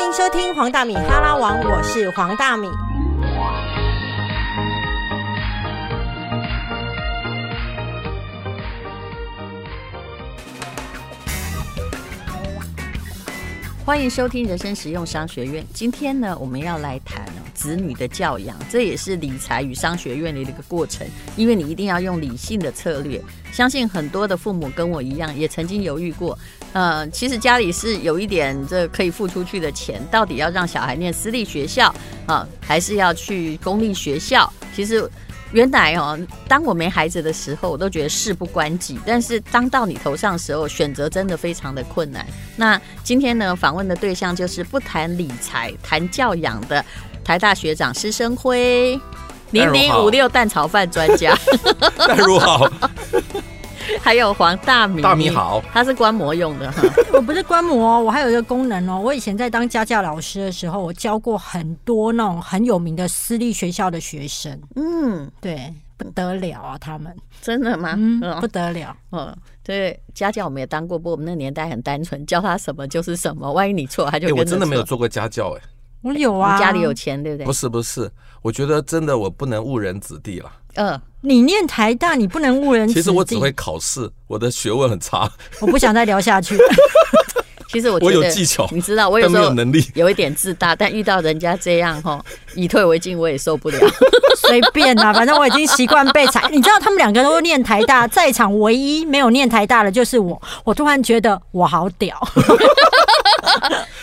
迎收听黄大米哈拉王，我是黄大米。欢迎收听人生实用商学院。今天呢，我们要来谈哦子女的教养，这也是理财与商学院的一个过程。因为你一定要用理性的策略。相信很多的父母跟我一样，也曾经犹豫过。呃，其实家里是有一点这可以付出去的钱，到底要让小孩念私立学校啊、还是要去公立学校？其实。原来哦，当我没孩子的时候，我都觉得事不关己。但是当到你头上的时候，选择真的非常的困难。那今天呢，访问的对象就是不谈理财，谈教养的台大学长施生辉，零零五六蛋炒饭专 家，淡如 好，还有黄大米。大米，好，他是观摩用的哈。 我不是观摩哦，我还有一个功能哦。我以前在当家教老师的时候，我教过很多那种很有名的私立学校的学生，嗯，对，不得了啊，他们，真的啊吗？嗯，哦不得了。哦，对，家教我们也当过，不过我们那年代很单纯，教他什么就是什么，万一你错，他就哎，跟着我真的没有错。做过家教，哎，我有啊，你家里有，钱对不对？不是不是，我觉得真的我不能误人子弟了。嗯，你念台大，你不能误人子弟。其实我只会，考试，我的学问很差，我不想再聊下去。 其实我觉我得有技巧，你知道，我有但时没候有能力。有一点自大，但遇到人家这样哈，以退为进，我也受不了。随便啦、反正我已经习惯被踩。你知道他们两个都念台大，在场唯一没有念台大的就是我。我突然觉得我好 屌，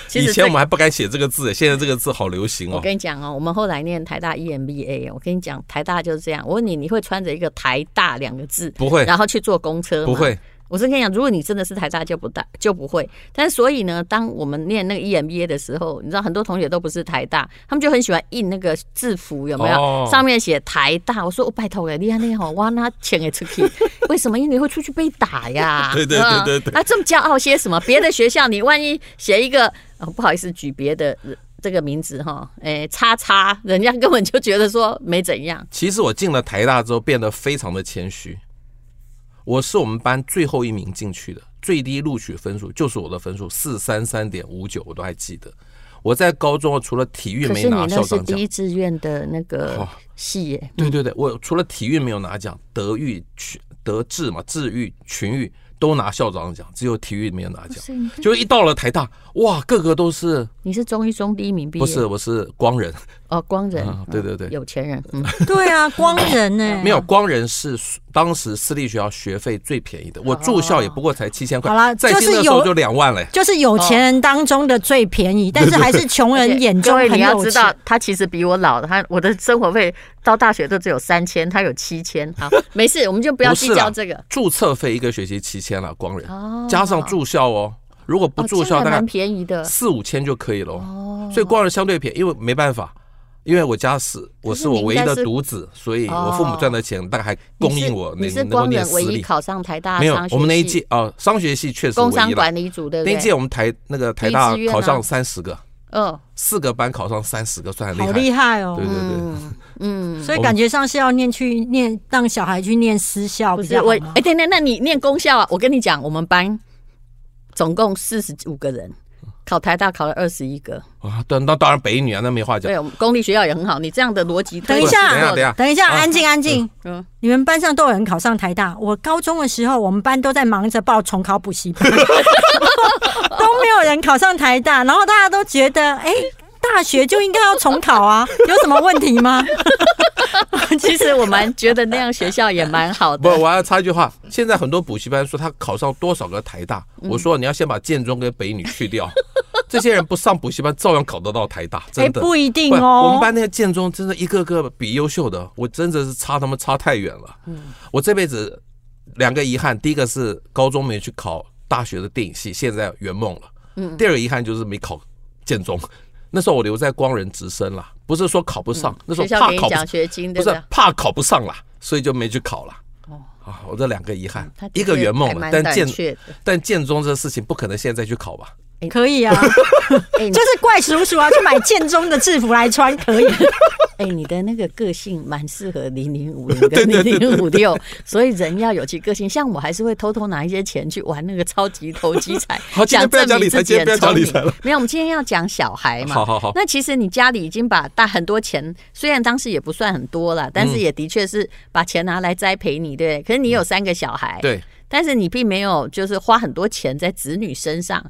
其以实这前我们还不敢写这个字，哎现在这个字好流行我 哦。跟你讲哦，我们后来念台大 EMBA，我跟你讲，台大就是这样。我问你，你会穿着一个“台大”两个字，不会然后去坐公车吗不会，我是跟你讲，如果你真的是台大就不大就不会。但是所以呢，当我们念那个 E EMBA 的时候，你知道很多同学都不是台大，他们就很喜欢印那个制服，有没有？哦上面写台大。我说我、拜托哎，厉害厉害，我那钱给出去， 为什么？因为你会出去被打呀。 对对嗯对对对那、这么骄傲些什么？别的学校你万一写一个，哦、不好意思举别的。呃这个名字哈，哎，叉叉，人家根本就觉得说没怎样，其实我进了台大之后变得非常的谦虚，我是我们班最后一名进去的，最低录取分数就是我的分数四三三点五九，我都还记得。我在高中除了体育可没是你拿校那是长奖第，一志愿的那个哦系耶，对对对，我除了体育没有拿奖，德育、群德智嘛，智育、群育都拿校长奖，只有体育没有拿奖。就一到了台大，哇，个个都是你是中一中第一名毕业，不是？我是光人，哦，光人啊，对对对有钱人， 嗯，对啊，光人呢、没有光人是当时私立学校学费最便宜的，我住校也不过才哦七千块，好啦在就新是的时候有就两万嘞。就是有钱人当中的最便哦宜，但是还是穷人眼中各位很你要有知钱道。，他其实比我老，他我的生活费到大学都只有三千，他有七千，好，没事，我们就不要不是计较啦这个。注册费一个学期七千了，光人哦加上住校哦，如果不哦住这校样还大蛮概便宜的，四五千就可以了。哦，所以光人相对便宜，因为没办法，因为我家是我是我唯一的独子，所以我父母赚的钱大概还供你是应我哦你能是能够光念人私唯一立。考上台大没有商，学我们那一系届啊，商学系确实工唯商一了。管理组，对不那一对？届我们台那个台第大一志愿啊考上三十个，嗯四个班考上三十个，算好很厉厉害。害哦对！对对，嗯嗯，所以感觉上是要念去念，让小孩去念私校不比是较好我，吗哎，等等，那你念公校啊？我跟你讲，我们班总共四十五个人，考台大考了二十一个，啊，当那当然北女啊，那没话讲对，。我们公立学校也很好。你这样的逻辑推等理一是下错的，等一下等一下等一下，啊安静安静。嗯你们班上都有人考上台大。我高中的时候，我们班都在忙着报重考补习班， 都没有人考上台大。然后大家都觉得，哎、大学就应该要重考啊，有什么问题吗？ 其实我蛮觉得那样学校也蛮好不，的。我要插一句话，现在很多补习班说他考上多少个台大，嗯我说你要先把建中跟北女去 掉，这些人不上补习班照样考得到台大，哎、真的。不一定不然我哦们。班那个建中真的一个个比优秀的，我真的是差他们差太远了。嗯我这辈子两个遗憾，第一个是高中没去考大学的电影系，现在圆梦了。嗯，第二个遗憾就是没考建中， 那时候我留在光仁直升了，不是说考不上，那时嗯学校候怕给你考不上奖，学金，不对不哦是啊对？怕考不上了，所以就没去考了。啊，嗯我这两个遗憾，一个圆梦了，但但建 确的但建中这事情不可能现在再去考吧？，可以啊，哎、你就是怪叔叔啊，去买建中的制服来穿可 以。哎、你的那个个性蛮适合零零五零跟零零五六，所以人要有其个性。像我还是会偷偷拿一些钱去玩那个超级投机彩 好今天想不要证讲明理财自己今天不要很讲聪理明财了。没有，我们今天要讲小孩嘛。好好好那其实你家里已经把大很多钱，虽然当时也不算很多了，嗯但是也的确是把钱拿来栽培你，对不对？可是你有三个小孩，。对，但是你并没有就是花很多钱在子女身上，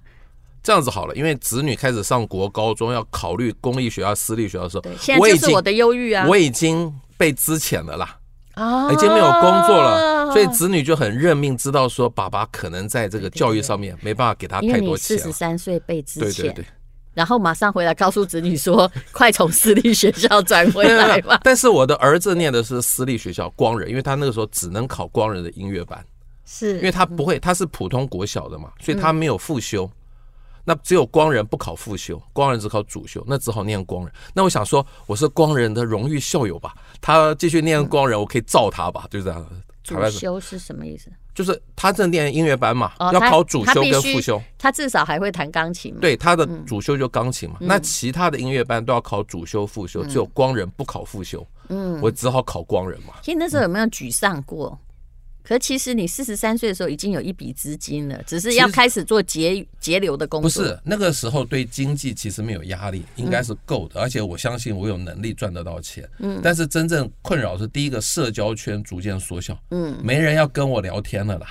这样子好了，因为子女开始上国高中要考虑公立学校、私立学校的时候对，，现我在已就是经我的忧郁啊，我已经被资遣了啦，啊已经没有工作了，所以子女就很认命，知道说爸爸可能在这个教育上面没办法给他因太为你多四钱十了。三岁被之对前，对对，然后马上回来告诉子女说，快从私立学校转回来没有没有吧。 但是我的儿子念的是私立学校光仁，因为他那个时候只能考光仁的音乐班，因为是，他不会，他是普通国小的嗯嘛，所以他没有复修。那只有光仁不考复修，光仁只考主修，那只好念光仁。那我想说，我是光仁的荣誉校友吧，他继续念光仁，我可以罩他吧，就这样。台嗯主湾是修是什么意思？就是他正念音乐班嘛，哦要他考主他修必跟须副修。他至少还会弹钢琴嘛？对，他的主修就钢琴嘛，那其他的音乐班都要考主修、副修，只有光仁不考副修。嗯，我只好考光仁嘛。其实那时候有没有沮丧过？可其实你四十三岁的时候已经有一笔资金了，只是要其实开始做节节流的工不作。哎是那个时候对经济其实没有压力，应该是够的，而且我相信我有能力赚得到钱。嗯，但是真正困扰是第一个社交圈逐渐缩小，嗯，没人要跟我聊天了啦。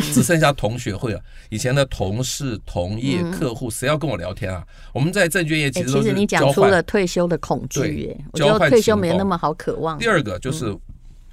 只剩下同学会了，以前的同事、同业、客户，谁要跟我聊天啊？我们在证券业其哎，实都其是实你交讲出换。了退休的恐惧，对耶，我觉交得换退休没情报那么好渴望第。二个就是，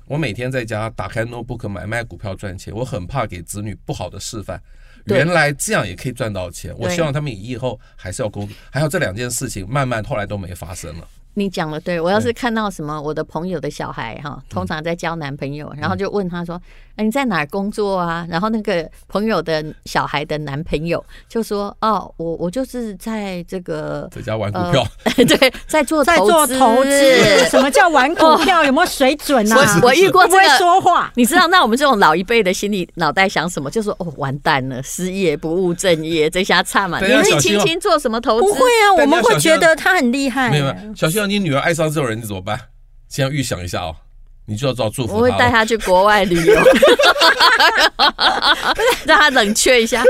我每天在家打开 notebook 买卖股票赚钱，我很怕给子女不好的示范。对原来这样也可以赚到钱，我对希望他们以后还是要工作。还有这两件事情，慢慢后来都没发生了。你讲的对，我要是看到什么我的朋友的小孩嗯哈，通常在交男朋友，然后就问他说：“哎，你在哪儿工作啊？”然后那个朋友的小孩的男朋友就说：“哦，我我就是在 这个在家玩股哦票，对，在做在做投资，什么叫玩股票？有没有水准啊？哦我我遇过会这不会个。说话， 你知道，那我们这种老一辈的心里脑袋想什么？就说哦，完蛋了，失业不务正业，这下差嘛！对啊年纪要小心轻哦轻做什么投资？不会啊，但我你要们会小心觉啊得他很厉害。 没有哎没有。小心哦，你女儿爱上这种人，你怎么办？先要预想一下哦，你就要知道祝我福会带她哦。他去国外旅 游， 让他冷却一下。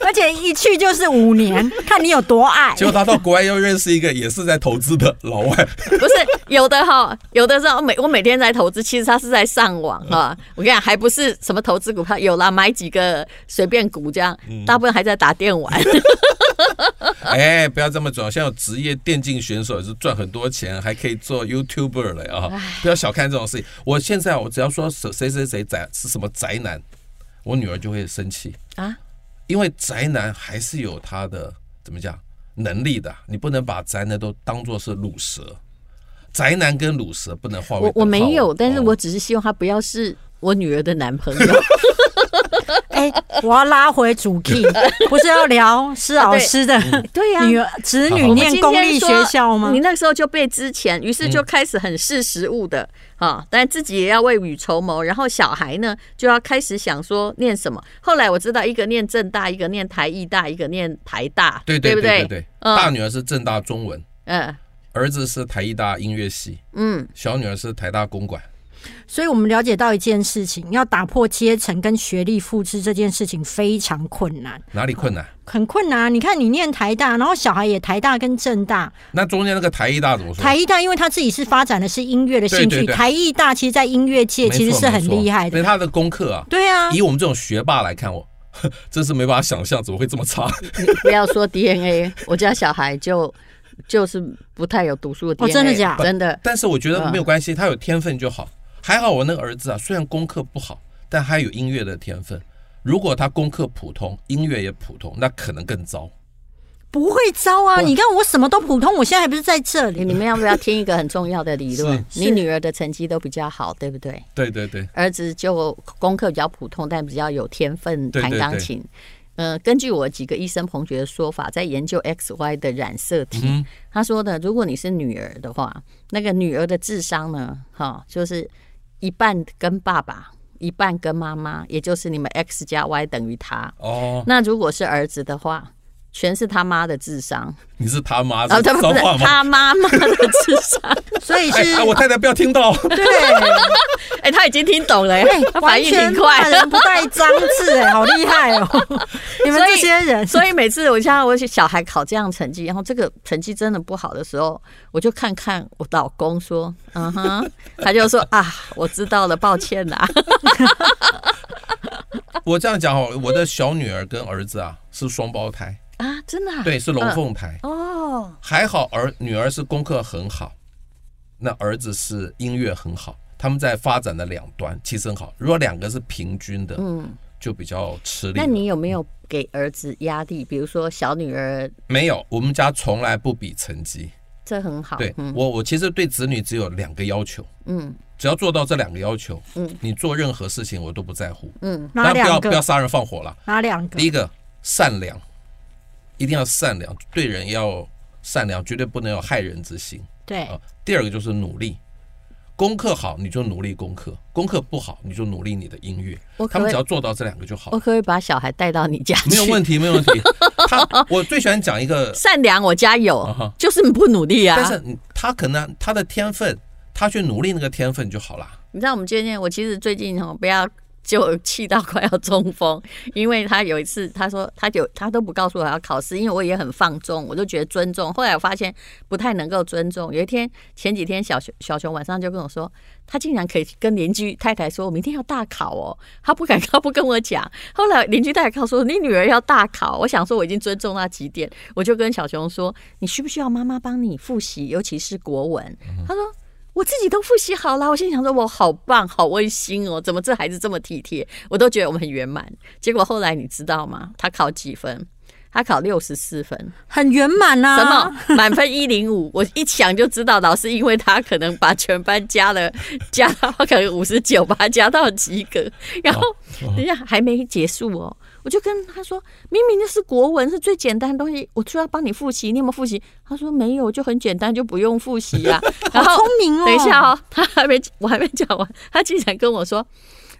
而且一去就是五年，看你有多爱。结果她到国外又认识一个也是在投资的老外，不是有的哈，有的时候每我每天在投资，其实他是在上网哈。嗯我跟你讲，还不是什么投资股票，有啦，买几个随便股这样，嗯大部分还在打电 玩。哎，不要这么装，现在有职业电竞选手也是赚很多钱，还可以做 YouTuber 了啊！不要小看这种事情。我现在我只要说谁谁谁谁宅是什么宅男，我女儿就会生气啊，因为宅男还是有他的怎么讲能力的，你不能把宅男都当做是卤蛇。宅男跟卤蛇不能化我为等号我没有，但是哦我只是希望他不要是我女儿的男朋 友。哎、我要拉回主 key，不是要聊施老师的啊对呀、女儿子女我们念今公天立说学校吗你？那时候就被之前，于是就嗯开始很识时务的啊、但自己也要未雨绸缪。然后小孩呢，就要开始想说念什么。后来我知道，一个念正大，一个念台艺大，一个念台大，对对对不对对，大嗯女儿是正大中文，嗯儿子是台艺大音乐系，嗯，小女儿是台大公馆。所以我们了解到一件事情，要打破阶层跟学历复制这件事情非常困难，哪里困难？很困难啊。你看，你念台大，然后小孩也台大跟政大，那中间那个台艺大怎么说？台艺大因为他自己是发展的是音乐的兴趣，对对对台艺大其实，在音乐界没错其实是很厉害没错所以的。他的功课啊，对啊，以我们这种学霸来看，我 真是没办法想象怎么会这 么差。你 不要说 DNA，我家小孩就就是不太有读书的哦 DNA，真的假的真的。但是我觉得没有关啊系，他有天分就好。还好我那个儿子啊，虽然功课不好，但他有音乐的天分。如果他功课普通，音乐也普通，那可能更糟。不会糟啊！你看我什么都普通，我现在还不是在这你 里？你们要不要听一个很重要的理论？是你女儿的成绩都比较好，对不对？对对对，儿子就功课比较普通，但比较有天分，对对弹钢琴。呃，根据我几个医生同学的说法，在研究 X Y 的染色体，嗯他说呢，如果你是女儿的话，那个女儿的智商呢，哈，就是一半跟爸爸，一半跟妈妈，也就是你们 X 加 Y 等于他。哦，那如果是儿子的话，全是他妈的智商，你是他妈，哦啊，是 他不脏是话吗？他妈妈的智 商，所以哎是哎，我太太不要听到， 对，哎、他已经听懂了、哎他 反完应全挺快骂 人不带脏字，哎，好厉害 哦！你们所这以些人，所以每次我像我小孩考这样成绩，然后这个成绩真的不好的时候，我就看看我老公说， 嗯哼，他就说啊，我知道了，抱歉啊啦。我这样讲哦，我的小女儿跟儿子啊是双胞胎， 啊，真的、啊？ 对，是龙凤胎，哦，还好儿女儿是功课很好，那儿子是音乐很好，他们在发展的两端其实很好。如果两个是平均的，嗯，就比较吃力了。那你有没有给儿子压力？比如说小女儿，没有，我们家从来不比成绩。这很好，对嗯我，我其实对子女只有两个要求，嗯只要做到这两个要求，嗯你做任何事情我都不在乎。嗯，哪但不要两不要个？杀人放火了。哪两个第？一个善良，一定要善良，对人要善良，绝对不能有害人之心。哎对啊，第二个就是努力，功课好你就努力功课，功课不好你就努力你的音乐。我他可不哦们可以只要做到这两个就好我可，不可以把小孩带到你家去？没有问题，没有 问题。他我最喜欢讲一个，善良，我家有，啊哈就是你不努力啊。但是你他可能他的天分，他去努力那个天分就好啦。你知道我们渐渐，我其实最近哦，不要就气到快要中风，因为他有一次他说他有他都不告诉我要考试，因为我也很放纵，我就觉得尊重。后来我发现不太能够尊重。有一天前几天小熊小熊晚上就跟我说，他竟然可以跟邻居太太说，我明天要大考哦，他不敢，他不跟我讲。后来邻居太太告诉我，你女儿要大考，我想说我已经尊重到极点，我就跟小熊说，你需不需要妈妈帮你复习，尤其是国文？他说。我自己都复习好了，我心想说，我好棒，好温馨哦！怎么这孩子这么体贴？我都觉得我们很圆满。结果后来你知道吗？他考几分？他考六十四分，很圆满啊呐。什么满分一零五？我一想就知道，老师因为他可能把全班加了，加到可能五十九，把他加到及格。然后人家还没结束哦，我就跟他说，明明就是国文是最简单的东西，我就要帮你复习，你有没有复习？他说没有，就很简单，就不用复习啊。然后好聪明哦！等一下，哦，他还没我还没讲完，他竟然跟我说，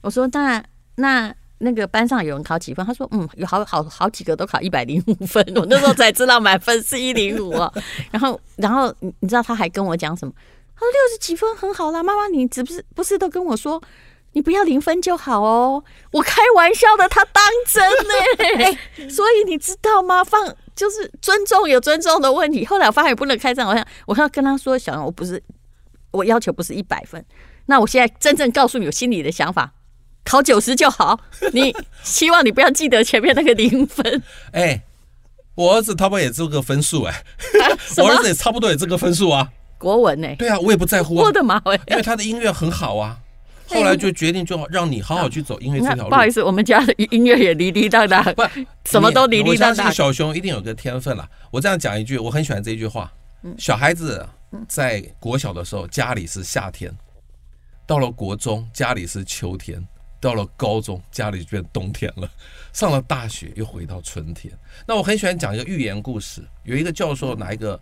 我说那那那个班上有人考几分？他说嗯，有好好好几个都考一百零五分，我那时候才知道满分是一零五哦。然后然后你你知道他还跟我讲什么？他说六十几分很好啦，妈妈你是不是不是都跟我说？你不要零分就好哦，我开玩笑的，他当真呢、所以你知道吗？放就是尊重有尊重的问题。后来我发现不能开这样，我想我要跟他说，小杨，我不是我要求不是一百分，那我现在真正告诉你我心里的想法，考九十就 好。你希望你不要记得前面那个零分，哎，我儿子他们也这个分数哎，什我儿么子也差不多也这个分数啊。国文呢、对啊，我也不在乎我啊，的妈欸喂！因为他的音乐很好啊。哎后来就决定就好让你好好去走音你乐这看，条不路好。意思，我们家的音乐也离离当当，不，什么都你离我离相当信当。小熊一定有个天分啦。我这样讲一句，我很喜欢这一句话。嗯小孩子在国小的时候，家里是夏天；到了国中，家里是秋天；到了高中，家里就变冬天了；上了大学，又回到春天。那我很喜欢讲一个寓言故事，有一个教授嗯拿一个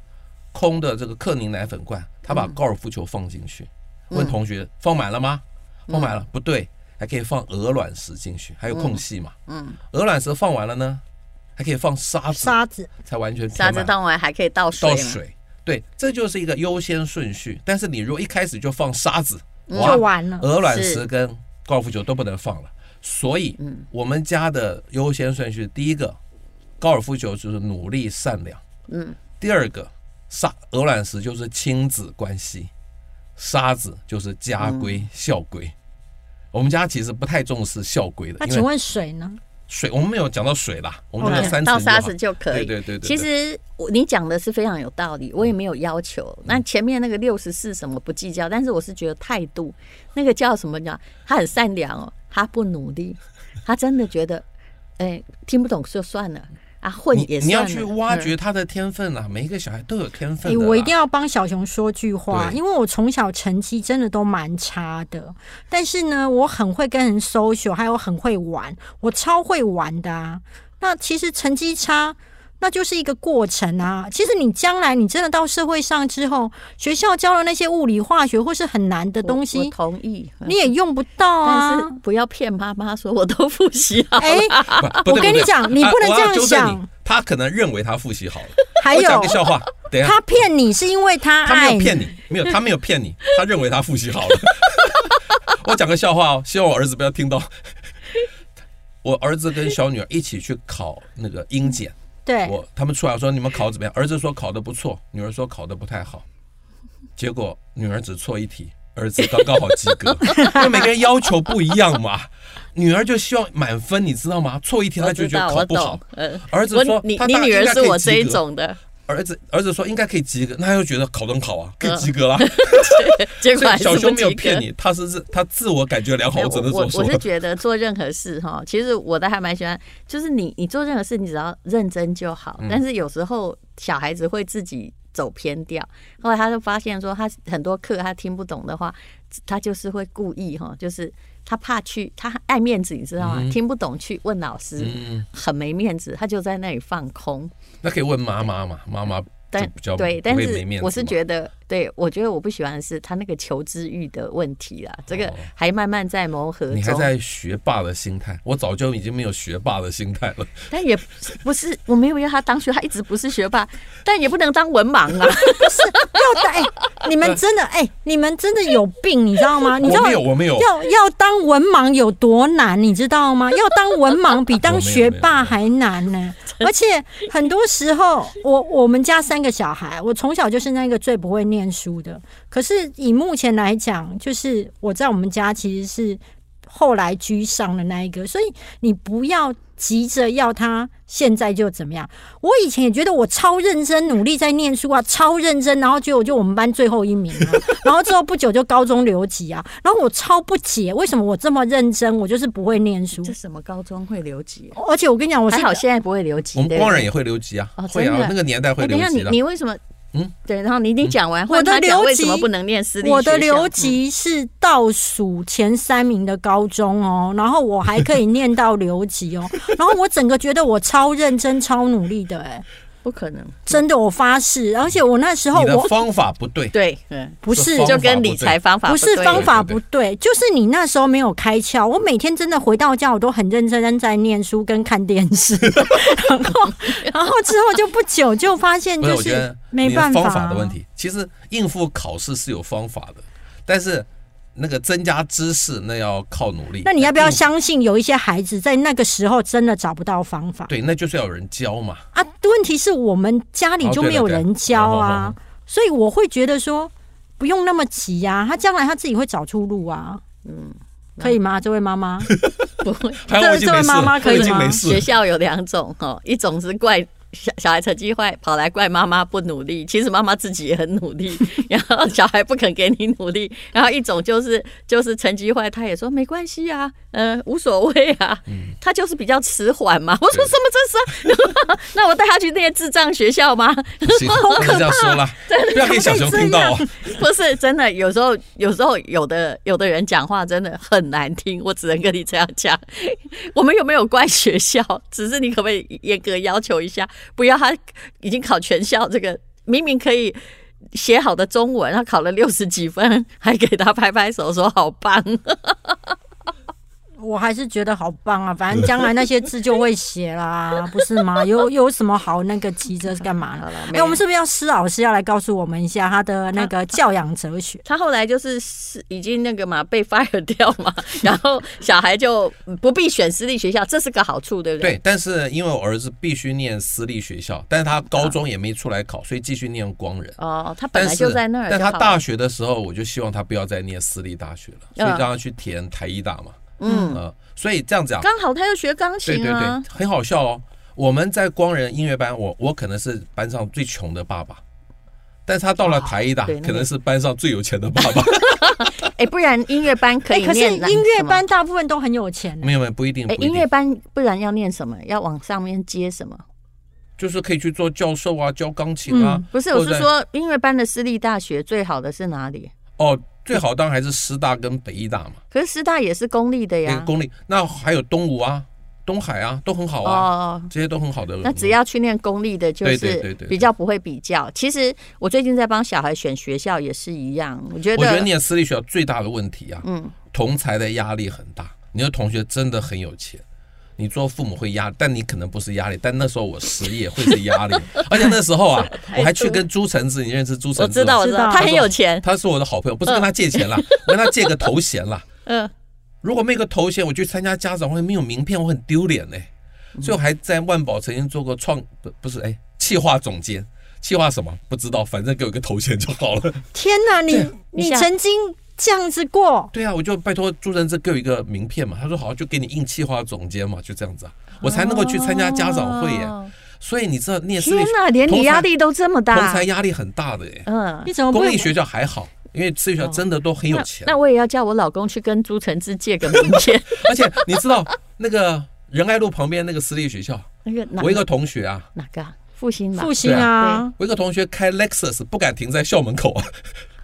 空的这个克宁奶粉罐，他把高尔夫球放进去，问同学放满了吗？放满了，不对，还可以放鹅卵石进去，还有空隙嘛。鹅卵石放完了呢，还可以放沙子，沙子才完全沙填子满。当完还可以倒水倒嘛，水，对，这就是一个优先顺序。但是你如果一开始就放沙子，就完了。鹅卵石嗯是嗯跟高尔夫球都不能放了。所以，我们家的优先顺序，第一个，高尔夫球就是努力善良，嗯，第二个，沙鹅卵石就是亲子关系，沙子就是家规、嗯校规。我们家其实不太重视校规的，那因请为问水呢？水我们没有讲到水啦，我们哦讲对三倒层沙就好子就可以。对对对对对其实我你讲的是非常有道理，我也没有要求。嗯那前面那个六十四什么不计较，但是我是觉得态度，那个叫什么叫他很善良哦，他不努 力，他真的觉得，哎、听不懂就算了啊，混你也你算要了。去挖嗯掘他的天分啊，每一个小孩都有天分诶的啦、我一定要帮小熊说句话，对因为我从小成绩真的都蛮差的，但是呢，我很会跟人 social，还有很会玩，我超会玩的啊。那其实成绩差，那就是一个过程啊。其实你将来你真的到社会上之后，学校教的那些物理、化学或是很难的东我我西，同意。嗯你也用不到啊但。是不要骗妈妈说我都复习好。 哎、不我跟你讲你不能这样。对对对啊我要纠正想你他可能认为他复习好 了。还我讲有个 笑话，等一下，他骗你是因为他他没爱你，有骗你，没有，他没有骗你， 他认为他复习好了。 我讲个笑话哦，希望我儿子不要听到。 我儿子跟小女儿一起去考那个英检，对，我他们出来说你们考得怎么样？儿子说考得不错，女儿说考得不太好。结果女儿只错一题，儿子刚刚好及 格，因为每个人要求不一样嘛。女儿就希望满分，你知道吗？错一题她我就知觉道，得我考不好懂。。嗯儿子我说你他你大女应儿该是可以我及这一格种的，儿子儿子说应该可以及格，那他又觉得考得很好嗯啊，可以及 格啦。结果所还以是小熊没有及格骗你，他是自他自我感觉良好，没有我只能这哎我么说我。是觉得做任何事哈，其实我的还蛮喜欢，就是你你做任何事，你只要认真就好。嗯但是有时候小孩子会自己走偏掉，后来他就发现说，他很多课他听不懂的话，他就是会故意哈，就是他怕去，他爱面子，你知道吗？嗯听不懂去问老师，嗯，很没面子，他就在那里放空。 那可以问妈妈嘛，妈妈但就比较对，但我也是没面子嘛我是觉得，对我觉得我不喜欢的是他那个求知欲的问题啦，这个哦还慢慢在磨合中。你还在学霸的心态，我早就已经没有学霸的心态了。但也不是，我没有要他当学，他一直不是学霸，但也不能当文盲啊。要当哎、你们真的哎、你们真的有病，你知道吗？你知道我没有，我没有，要要当文盲有多难，你知道吗？要当文盲比我当没有学没有没霸有还难呢、而且很多时候，我我们家三个小孩，我从小就是那个最不会念书的。可是以目前来讲，就是我在我们家其实是后来居上的那一个，所以你不要急着要他现在就怎么样。我以前也觉得我超认真努力在念书啊，超认真，然后结果就我们班最后一名 啊，然后之后不久就高中留级啊，然后我超不解为什么我这么认真，我就是不会念书 这。什么高中会留级？而且我跟你讲，我是还好现在不会留级。我们对不光对人也会留级啊哦，会真啊的，那个年代会哎等一留下，级你的。你为什么？嗯嗯，对，然后你已经讲完，我的换他讲留为什么级不能念私立我的学校留级是倒数前三名的高中哦，然后我还可以念到留级哦，然后我整个觉得我超认真、超努力的、哎，嗯不可能。真的，我发誓，而且我那时候你的我方法不对，对，嗯，不是方法就跟理财方法不是对方法对不对，就是你那时候没有开窍。我每天真的回到家，我都很认真地在念书跟看电 视，然后然后之后就不久就发现不是就我觉是得没你的啊办法方法的问。题。其实应付考试是有方法的，但是那个增加知识那要靠努力。那你要不要应相信有一些孩子在那个时候真的找不到方法对，那就是要有人教嘛。啊？问题是我们家里哦就对没了有对人教好好啊好，所以我会觉得说不用那么急呀、他将来他自己会找出路啊。嗯，可以吗？这位妈妈，不会。还有我已经这没位事妈妈了，可我以已经吗没事学了。校有两种哈，一种是怪。小小孩成绩坏，跑来怪妈妈不努力，其实妈妈自己也很努力， 然后小孩不肯给你努力，然后一种就是就是成绩坏，他也说没关系啊，呃，无所谓啊，他就是比较迟缓嘛。 我说对什么这是啊？ 那我带他去那些智障学校吗？行，不能这样说 啦，不要给小熊听到哦。不是真的，有时候有时候有的有的人讲话真的很难听，我只能跟你这样讲。我们有没有怪学校？只是你可不可以严格要求一下，不要他已经考全校这个，明明可以写好的中文，他考了六十几分，还给他拍拍手说好棒。 我还是觉得好棒 啊！反正将来那些字就会写啦，不是吗？有有什么好那个急着干嘛呢？好了哎、没有我们是不是要施老师要来告诉我们一下他的那个教养哲学？他后来就是是已经那个嘛被 fire 掉嘛，然后小孩就不必选私立学校，这是个好处，对不对？对，但是因为我儿子必须念私立学校，但是他高中也没出来考，所以继续念光人。啊哦，他本但来是，就在那儿就好但了，啊他大学的时候，我就希望他不要再念私立大学了，所以让他去填台医大嘛。嗯。呃，所以这样讲，刚好他又学钢对琴对啊对，，很好笑哦。我们在光人音乐班，我我可能是班上最穷的爸爸，但是他到了台医大，哦对那个可能是班上最有钱的爸爸。哎，不然音乐班可哎、以可是念哪音乐什么班，大部分都很有钱、没有没有，不一定，哎，不一音乐定，班不然要念什么？要往上面接什么？就是可以去做教授啊，教钢琴啊。嗯不是，或我者是在说音乐班的私立大学最好的是哪里？哦，最好当然还是师大跟北医大嘛，可是师大也是公立的那呀个。公立，那还有东吴啊，东海啊，都很好啊，哦，这些都很好的。那只要去念公立的，就对对对是对比较不会比较。其实我最近在帮小孩选学校也是一样，我觉我觉得得念私立学校最大的问题啊，嗯同才的压力很大。你的同学真的很有钱，你做父母会压，但你可能不是压力，但那时候我失业会是压 力，而且那时候啊，我还去跟朱晨志，你认识朱我晨志？知道我知道，知道他很有 钱，他是我的好朋友，不是跟他借钱啦，我跟他借个头衔啦。 嗯，如果没有个头衔，我去参加家长会没有名片，我很丢脸呢。嗯所以我还在万宝曾经做过创不不是哎，企划总监，企划什么不知道，反正给我一个头衔就 好了。天哪，你你像曾经这样子过，对啊，我就拜托朱晨志给我一个名片嘛，他说好，就给你印企划总监嘛，就这样子啊，我才能够去参加嗯家长会耶。哦所以你知道念私立天哪，连同你才压力都这么同大才，压力很大的耶，嗯。你怎么不公立学校还好，因为私立学哦校真的都很有钱啊那。那我也要叫我老公去跟朱晨志借个名 片。而且你知道那个仁爱路旁边那个私立学校，那个哪我一个同学啊，哪个啊复兴吧？复兴对啊？我一个同学开 Lexus 不敢停在校门口啊，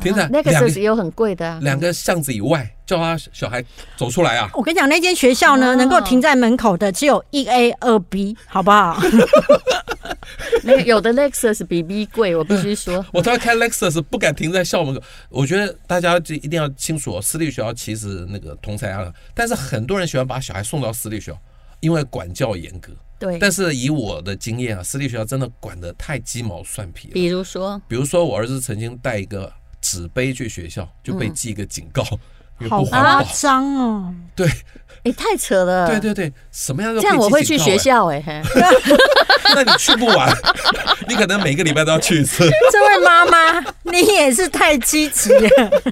停在啊那个两设个施有很贵的啊。两个巷子以外，叫他小孩走出来啊。我跟你讲，那间学校呢，哦能够停在门口的只有一 A 二 B，好不 好？那个有的 Lexus 比 B 贵，我必须 说。我他开 Lexus 不敢停在校门口，我觉得大家就一定要清楚哦，私立学校其实那个同才啊，但是很多人喜欢把小孩送到私立学校，因为管教严格。对，但是以我的经验啊，私立学校真的管得太鸡毛蒜皮了。比如说，比如说，我儿子曾经带一个纸杯去学校，就嗯被记一个警告，因为好不环夸啊保。张哦！对哎，太扯了。对。对对，什么样的这样我会去学，校哎、嘿 那你去不完， 你可能每个礼拜都要去一次。这位妈妈，你也是太积极 了。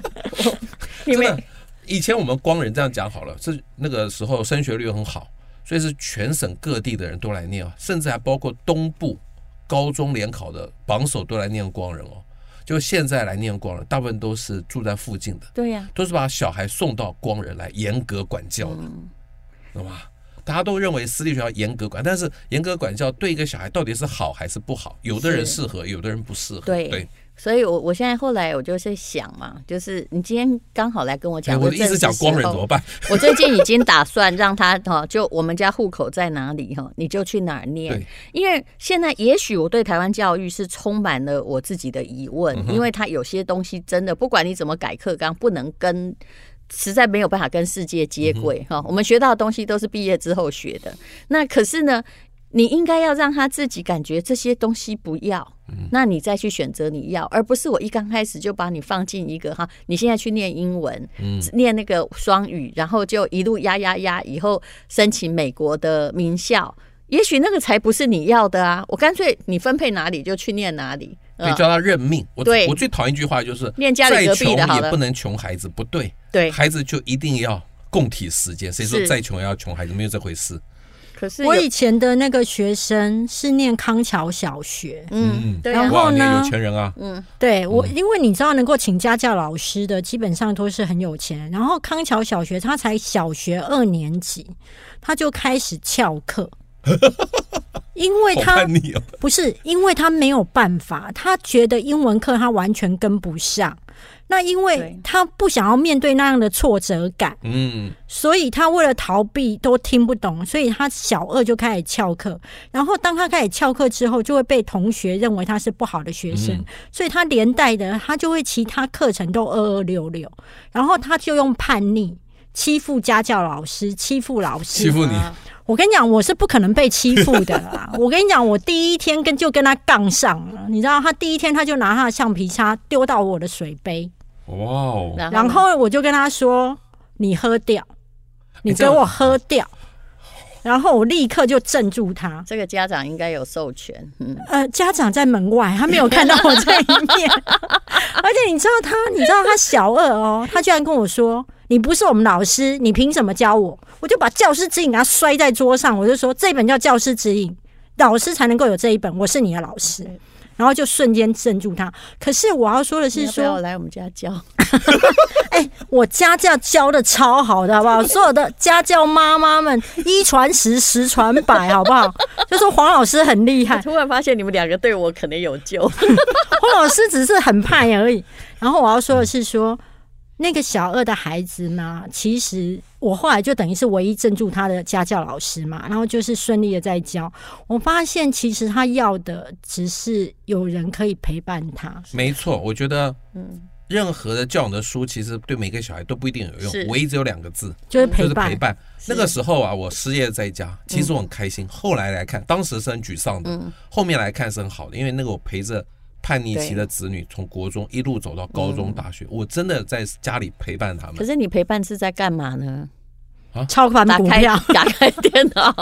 你真们的，以前我们光仁这样讲好了，是那个时候升学率很好，所以是全省各地的人都来念啊，甚至还包括东部高中联考的榜首都来念光仁哦。就现在来念光仁，大部分都是住在附近的，对呀、都是把小孩送到光仁来严格管教的，懂吗？大家都认为私立学校严格管，但是严格管教对一个小孩到底是好还是不好？有的人是适合，有的人不适合。对对，所以我我现在后来我就是想嘛，就是你今天刚好来跟我哎讲，我一直讲光仁怎么？办？ 我最近已经打算让他哈，就我们家户口在哪里哈，你就去哪儿念对。因为现在也许我对台湾教育是充满了我自己的疑问，因为它有些东西真的不管你怎么改课纲，不能跟。实在没有办法跟世界接轨哈、我们学到的东西都是毕业之后学的。那可是呢，你应该要让他自己感觉这些东西不要，嗯那你再去选择你要，而不是我一刚开始就把你放进一个哈，你现在去念英文，嗯念那个双语，然后就一路压压压，以后申请美国的名校，也许那个才不是你要的啊！我干脆你分配哪里就去念哪里，对，叫他认命。我嗯对我最讨厌一句话就是念家里再隔壁穷的好了也不能穷孩子，不对，对。孩子就一定要共体时间。谁说是再穷也要穷孩子？没有这回事。可是我有以前的那个学生是念康桥小学，嗯，对啊然后哇，你呢有钱人啊，对我，因为你知道能够请家教老师的，基本上都是很有钱。然后康桥小学，他才小学二年级，他就开始翘课，因为好他叛逆哦。不是因为他没有办法，他觉得英文课他完全跟不上。那因为对他不想要面对那样的挫折感，嗯，所以他为了逃避都听不懂，所以他小二就开始翘课。然后当他开始翘课之后，就会被同学认为他是不好的学生，嗯所以他连带的他就会其他课程都二二六六，然后他就用叛逆。欺负家教老师，欺负老师，欺负你，嗯我跟你讲，我是不可能被欺负的 啦！我跟你讲，我第一天跟就跟他杠上了，你知道，他第一天他就拿他的橡皮擦丢到我的水杯，哇哦，然然呢后我就跟他说：“你喝掉，哎你这给样我喝掉。”然后我立刻就镇住他。这个家长应该有授权，嗯，呃，家长在门外，他没有看到我在里 面。而且你知道他，你知道他小二哦，他居然跟我说：“你不是我们老师，你凭什么教我？”我就把教师指引给他摔在桌上，我就说：“这本叫教师指引，老师才能够有这一本，我是你的老师。”嗯然后就瞬间镇住他。可是我要说的你是要不说，要来我们家教？我家教教的超好的，好 不好？所有的家教妈妈们一传十，十传百，好不好？就说黄老师很厉 害， 突然发现你们两个对我可能有救，黄老师只是很派而已。然后我要说的是说。那个小二的孩子嘛，其实我后来就等于是唯一镇住他的家教老师嘛，然后就是顺利的在教。我发现其实他要的只是有人可以陪伴他，没错，我觉得，任何的教养的书其实对每个小孩都不一定有是用，唯一只有两个字，就是就陪是伴。陪伴。那个时候啊，我失业在嗯家，其实我很开心。后来来看，当时是很沮丧的，后面来看是很好的，因为那个我陪着叛逆期的子女从国中一路走到高中、大学，我真的在家里陪伴 他可嗯们。是你陪伴是在干嘛呢？操盘打股开票， 打开电脑，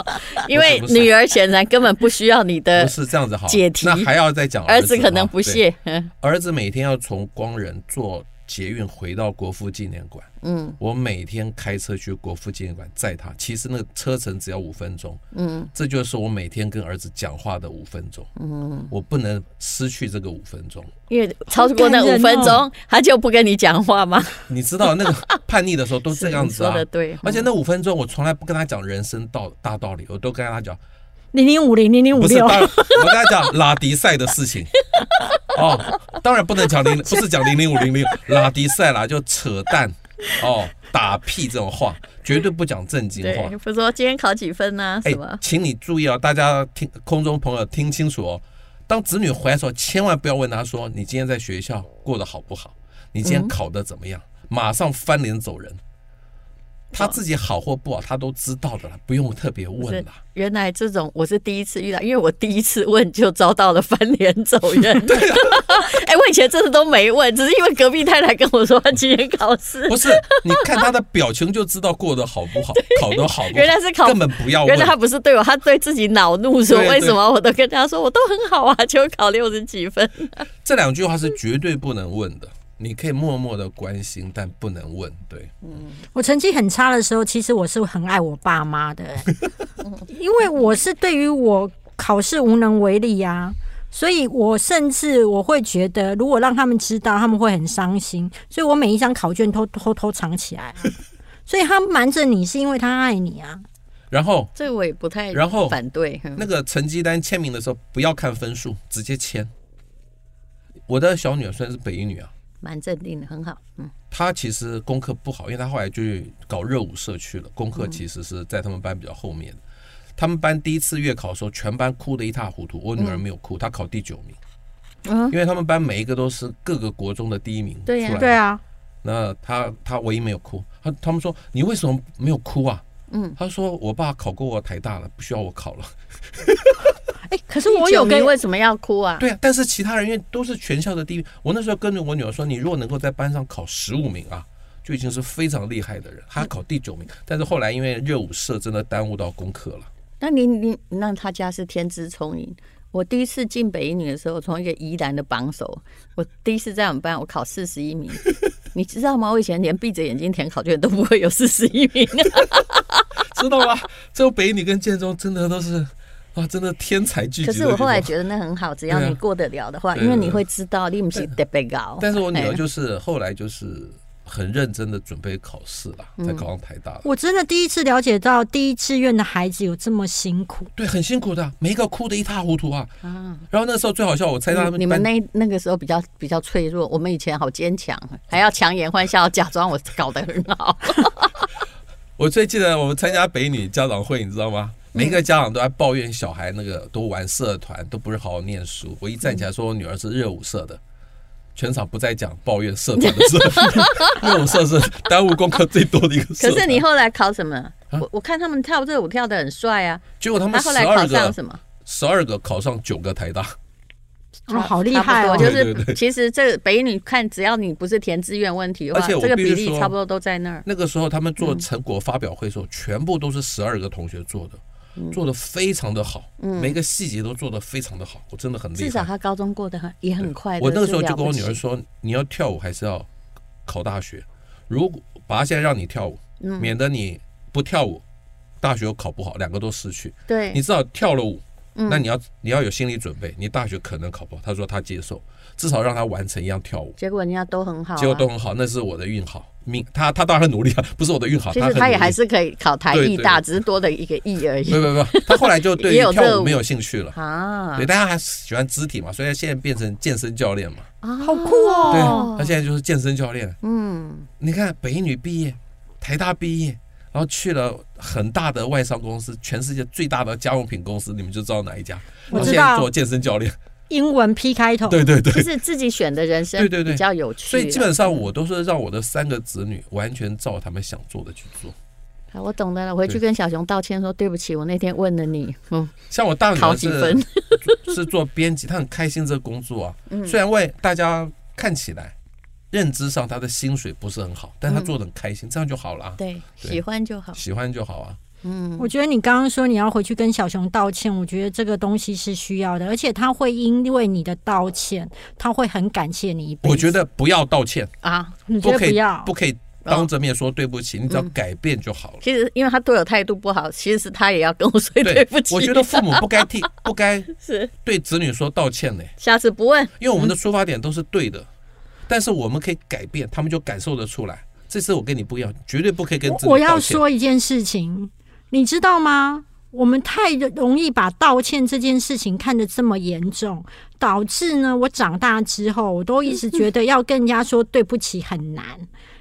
因为女儿显然根本不需要你的不，是这样子好，解题那还要再讲儿子子可能不啊对屑。嗯儿子每天要从光仁坐捷运回到国父纪念馆，嗯我每天开车去国父纪念馆载他，其实那个车程只要五分钟，嗯这就是我每天跟儿子讲话的五分钟，嗯，我不能失去这个五分钟。因为超过那好感人哦五分钟，他就不跟你讲话 吗？你知道那个叛逆的时候都 这样子你啊说的，对，而且那五分钟我从来不跟他讲人生道大道理，我都跟他讲零零五零零零五不是，六当，然我跟他讲拉迪赛的事情。哦，当然不能讲零，不是讲零零五零零拉迪赛啦，就扯淡哦，打屁这种话，绝对不讲正经话对，。不是说今天考几分呢？哎什么，？请你注意哦，大家听空中朋友听清楚哦，当子女回来的时候，千万不要问他说你今天在学校过得好不好，你今天考得怎么样，马上翻脸走人。他自己好或不好，他都知道的啦，不用特别问啊啦。原来这种我是第一次遇到，因为我第一次问就遭到了翻脸走 人。对、啊 哎、我以前真的都没问，只是因为隔壁太太跟我说她今天考试 不，是，你看他的表情就知道过得好 不好，考得好不好。原来是考根本不要问原来她不是对我，她对自己恼怒说哦对对为什么我都跟她说我都很好啊，结果考六十几 分。这两句话是绝对不能问的。你可以默默的关心，但不能问。对，我成绩很差的时候，其实我是很爱我爸妈的、欸 因为我是对于我考试无能为力呀、所以我甚至我会觉得，如果让他们知道，他们会很伤心，所以我每一张考卷都偷偷藏起来啊、 所以他瞒着你是因为他爱你啊，然后这个我也不太然后反对。嗯那个成绩单签名的时候，不要看分数，直接签。我的小女儿虽然是北一女啊，蛮镇定的，很好。嗯，她其实功课不好，因为她后来就去搞热舞社去了，功课嗯其实是在他们班比较后面的。他们班第一次月考的时候，全班哭得一塌糊涂，我女儿没有哭，她考第九名。嗯因为他们班每一个都是各个国中的第一名出对呀来的，对啊，那他他唯一没有哭，他他们说你为什么没有哭啊？嗯，他说我爸考过我台大了，不需要我考了。哎、可是我我有有你跟为什么要哭啊？对啊，但是其他人因为都是全校的第一，我那时候跟着我女儿说，你如果能够在班上考十五名啊，就已经是非常厉害的人。她考第九名，但是后来因为热舞社真的耽误到功课了。那你你那他家是天资聪颖。我第一次进北一女的时候，我从一个宜兰的榜首，我第一次在我们班我考四十一 名，你知道吗？我以前连闭着眼睛填考卷都不会有四十一名、 知道吗？ 这北女跟建中真的都是啊，真的天才聚集。可是我后来觉得那很好，只要对你啊过得了的话，对因为你会知道你不是特别高。但是我女儿哎就是后来就是很认真的准备考试了，嗯才考上台大了。我真的第一次了解到第一志愿的孩子有这么辛苦，对，很辛苦的，每一个哭得一塌糊涂啊。然后哎那时候最好笑，我猜到他们你们班那那个时候比较比较脆弱，我们以前好坚强，啊还要强颜欢笑，假装我搞得很好。我最记得我们参加北女家长会，你知道吗？嗯每一个家长都在抱怨小孩那个都玩社团，都不是好好念书。我一站起来说，我女儿是热舞社的。全场不再讲抱怨社团的事， 热舞社是耽误功课最多的一个 社可团。是你后来考什么？我我看他们跳热舞跳得很帅啊，结啊果他他们后十来考二上个，什么？十二个考上九个台大，哦，好厉害我哦！就对对是对其实这北一女看，只要你不是填志愿问题的话，而且我这个必须比例说差不多都在那儿。那个时候他们做成果发表会的时候，全部都是十二个同学做的，嗯做的非常的好，每个细节都做的非常的好，我真的很厉害。至少她高中过得很也很快乐。我那个时候这就了不跟我女起，儿说，你要跳舞还是要考大学？如果爸现在让你跳舞，嗯免得你不跳舞，大学又考不好，两个都失去。对嗯你，至少跳了舞，那你要你要有心理准备，你大学可能考不好。他说他接受，至少让他完成一样跳舞，结果人家都很好、啊，结果都很好，那是我的运好命。他他当然很努力啊，不是我的运好，其实很他也努力还是可以考台对艺对大，只是多了一个艺而已没有没有没有，他后来就对也有于热跳舞舞没有兴趣了。啊对，大家还是喜欢肢体嘛，所以他现在变成健身教练嘛。啊，好酷哦对哦，他现在就是健身教练。嗯，你看北一女毕业，台大毕业，然后去了很大的外商公司，全世界最大的家用品公司，你们就知道哪一家。我然后知现在道做健身教练，英文 P 开头，对对对就。是自己选的人生对对对比较有趣所哦啊。以基本上我都是让我的三个子女完全照他们想做的去做。好，我懂得了，回去对跟小熊道歉说对不起，我那天问了你，嗯，像我大女考儿几是分？是 做编辑，她很开心这个工作啊。嗯虽然为大家看起来认知上她的薪水不是很好，但她做的很开心，这样就好了啊。嗯对，对喜欢就好。喜欢就好啊。嗯，我觉得你刚刚说你要回去跟小熊道歉，我觉得这个东西是需要的，而且他会因为你的道歉，他会很感谢你一辈子。我觉得不要道歉，啊，你觉不得可不以要，嗯不可以当着面说对不起，你只要改变就 好了。其实因为他对我态度不好，其实是他也要跟我说对对不起。我觉得父母不 该替不该是，对子女说道歉呢、下次不问。因为我们的出发点都是对的，但是我们可以改变，他们就感受得出来。这次我跟你不一样，绝对不可以跟子我女我道要歉。说一件事情，你知道吗？我们太容易把道歉这件事情看得这么严重，导致呢，我长大之后，我都一直觉得要跟人家说对不起很难。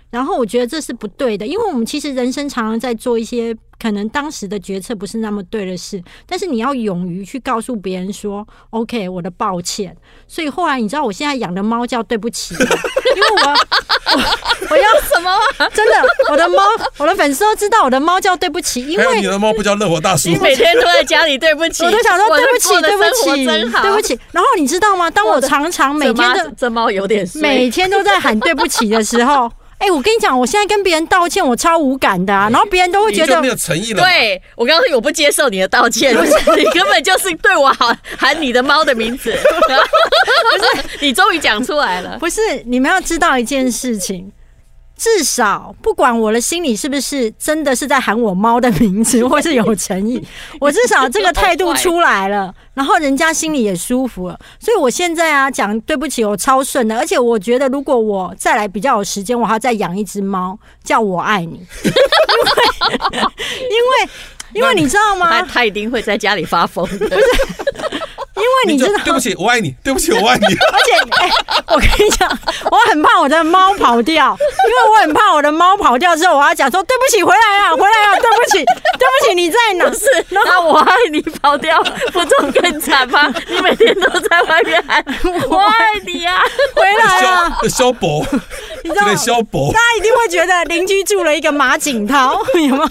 然后我觉得这是不对的，因为我们其实人生常常在做一些可能当时的决策不是那么对的事，但是你要勇于去告诉别人说，OK，我的抱歉。所以后来你知道，我现在养的猫叫对不 起，因为我我我要什么？真的，我的猫，我的粉丝都知道我的猫叫对不起，因还有为你的猫不叫乐活大叔你，每天都在家里，对不起。我都想说对不起，我的对生活不起，真好。对不起。然后你知道吗？当我常常每这天猫，都这猫有点衰每天都在喊对不起的时候，哎，我跟你讲，我现在跟别人道歉，我超无感的啊。然后别人都会你觉就得没有诚意了嘛。对我告诉你，我不接受你的道歉，你根本就是对我好，喊你的猫的名字。 不是，你终于讲出来了。不是，你们要知道一件事情。至少，不管我的心里是不是真的是在喊我猫的名字，或是有诚意，我至少这个态度出来了，然后人家心里也舒服了。所以我现在啊，讲对不起，我超顺的。而且我觉得，如果我再来比较有时间，我还要再养一只猫，叫我爱你， 因为因为因为你知道 吗？他他一定会在家里发疯 的。因为你就知道，对不起，我爱你，对不起，我 爱你。而且，哎、我跟你讲，我很怕我的猫跑掉，因为我很怕我的猫跑掉之后，我要讲说对不起，回来啊，回来啊，对不 起，对不起，你在哪？是，那我爱你跑掉，不就更惨 吗？你每天都在外面喊我爱你啊！回来啊！肖肖博， 你知道对肖博大，家一定会觉得邻居住了一个马景涛，有吗？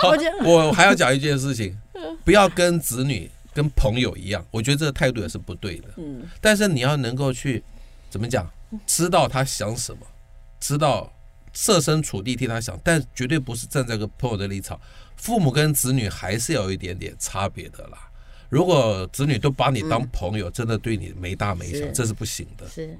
好我觉得我还要讲一件 事情，嗯不要跟子女、跟朋友一样，我觉得这个态度也是不对的。嗯，但是你要能够去怎么讲，嗯知道他想什么，知道设身处地替他想，但绝对不是站在一个朋友的立场。父母跟子女还是要有一点点差别的啦。如果子女都把你当朋友，真的对你没大没小嗯是，这是不行的。 是。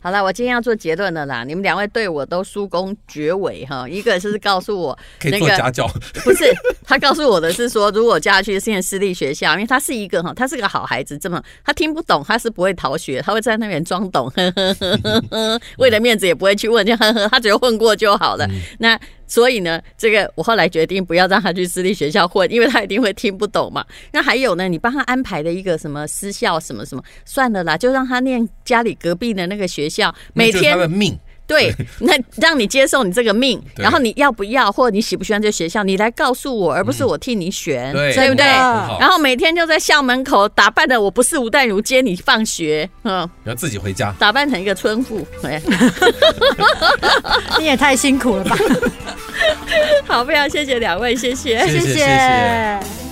好了，我今天要做结论了啦！你们两位对我都殊功绝伟哈，一个是告诉我可以做家教， 不是，他告诉我的是说，如果叫他去念私立学校，因为他是一个哈，他是个好孩子，这么他听不懂，他是不会逃学，他会在那边装 懂， 呵呵呵呵呵，为了面子也不会去问，就呵 呵，他只要混过就好了。嗯 那所以呢，这个我后来决定不要让他去私立学校混，因为他一定会听不懂嘛。那还有呢，你帮他安排的一个什么私校什么什么，算了啦，就让他念家里隔壁的那个学校，每那就是天他的命。对，那让你接受你这个命，对然后你要不要，或者你喜不喜欢这学校，你来告诉我，而不是我替你选，嗯对不对？真的很好然后每天就在校门口打扮的，我不是吴淡如接你放学，嗯，然后自己回家。打扮成一个村妇。哎， 你也太辛苦了吧？好，非常谢谢两位，谢谢。谢谢谢谢谢